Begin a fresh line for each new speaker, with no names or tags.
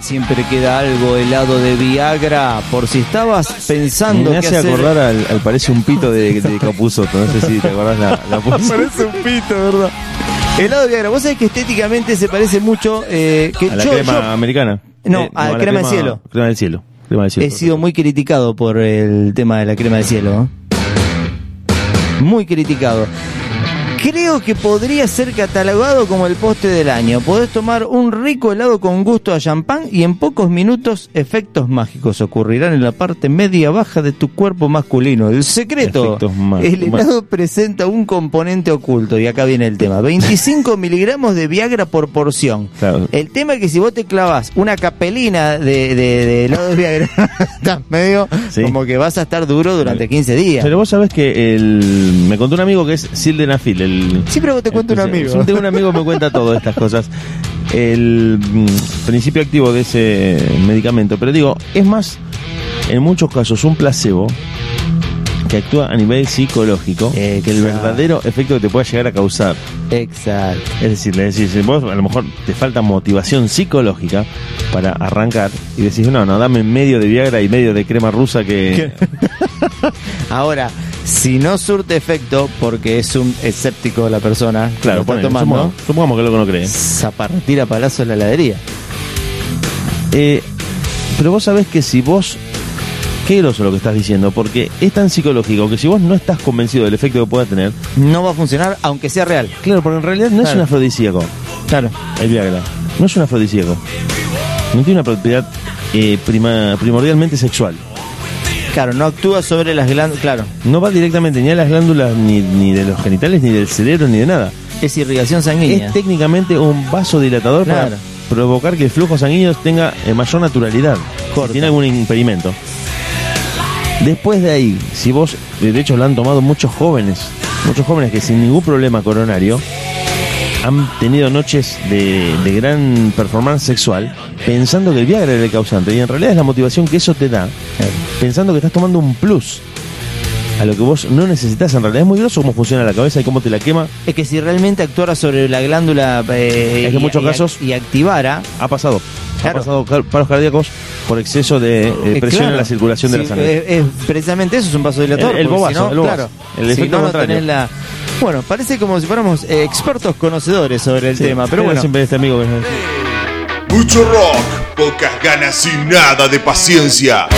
siempre queda algo helado de Viagra por si estabas pensando
Me
qué
hace
hacer.
acordar al, al parece un pito de, de Capusotto. No sé si te acordás la, la puse.
Parece un pito, ¿verdad? Helado de Viagra. Vos sabés que estéticamente se parece mucho eh, que
A la
yo-
crema
yo-
americana. Eh,
No, a
la
crema del cielo.
Crema del cielo. Crema del cielo.
He sido muy criticado por el tema de la crema de cielo. ¿eh? Muy criticado. Creo que podría ser catalogado como el postre del año. Podés tomar un rico helado con gusto a champán y en pocos minutos efectos mágicos ocurrirán en la parte media baja de tu cuerpo masculino. El secreto.
Efectos ma-
El helado presenta un componente oculto y acá viene el tema. 25 miligramos de Viagra por porción.
Claro.
El tema es que si vos te clavas una capelina de, de, de helado de Viagra, estás medio
Sí.
como que vas a estar duro durante 15 días.
Pero vos sabés que el, me contó un amigo que es Sildenafil. El,
Siempre vos te cuento un
el-
amigo.
un- tengo un amigo que me cuenta todas estas cosas. El mm, principio activo de ese medicamento. Pero digo, es más, en muchos casos, un placebo que actúa a nivel psicológico que el
Exacto.
verdadero efecto que te pueda llegar a causar.
Exacto.
Es decir, le decís, vos a lo mejor te falta motivación psicológica para arrancar y decís, no, no, dame medio de Viagra y medio de crema rusa que...
Ahora, si no surte efecto, porque es un escéptico la persona, que
Claro,
lo está
ponele,
tomando,
supongamos, supongamos que el loco no cree.
zapartir a palazo en la heladería.
Eh, pero vos sabés que si vos... Qué groso lo que estás diciendo, porque es tan psicológico que si vos no estás convencido del efecto que pueda tener...
No va a funcionar, aunque sea real.
Claro, porque en realidad no es
Claro.
un afrodisíaco
Claro.
el Viagra. No es un afrodisíaco. No tiene una propiedad eh, prima- primordialmente sexual.
Claro, no actúa sobre las glándulas. Claro.
No va directamente ni a las glándulas, ni, ni de los genitales, ni del cerebro, ni de nada.
Es irrigación sanguínea.
Es técnicamente un vasodilatador
Claro.
para provocar que el flujo sanguíneo tenga eh, mayor naturalidad.
Corta.
Si tiene algún impedimento. Después de ahí, si vos, eh, de hecho lo han tomado muchos jóvenes, muchos jóvenes que sin ningún problema coronario han tenido noches de, de gran performance sexual pensando que el Viagra era el causante y en realidad es la motivación que eso te da pensando que estás tomando un plus a lo que vos no necesitas en realidad. Es muy groso cómo funciona la cabeza y cómo te la quema.
Es que si realmente actuara sobre la glándula eh,
Es que en
y-
muchos
y ac-
casos-
y activara
Ha pasado.
Claro.
Ha pasado cal- paros cardíacos por exceso de eh,
Eh,
presión
claro.
en la circulación de
Sí,
la sangre.
eh, eh, precisamente eso es un vasodilatador.
El- el
porque
bobazo, el bobazo.
Claro,
El
si
efecto
no, no
contrario.
tenés la- Bueno, parece como si fuéramos eh, expertos conocedores sobre el
Sí,
tema, pero bueno.
siempre este amigo que-
Mucho rock, pocas ganas y nada de paciencia.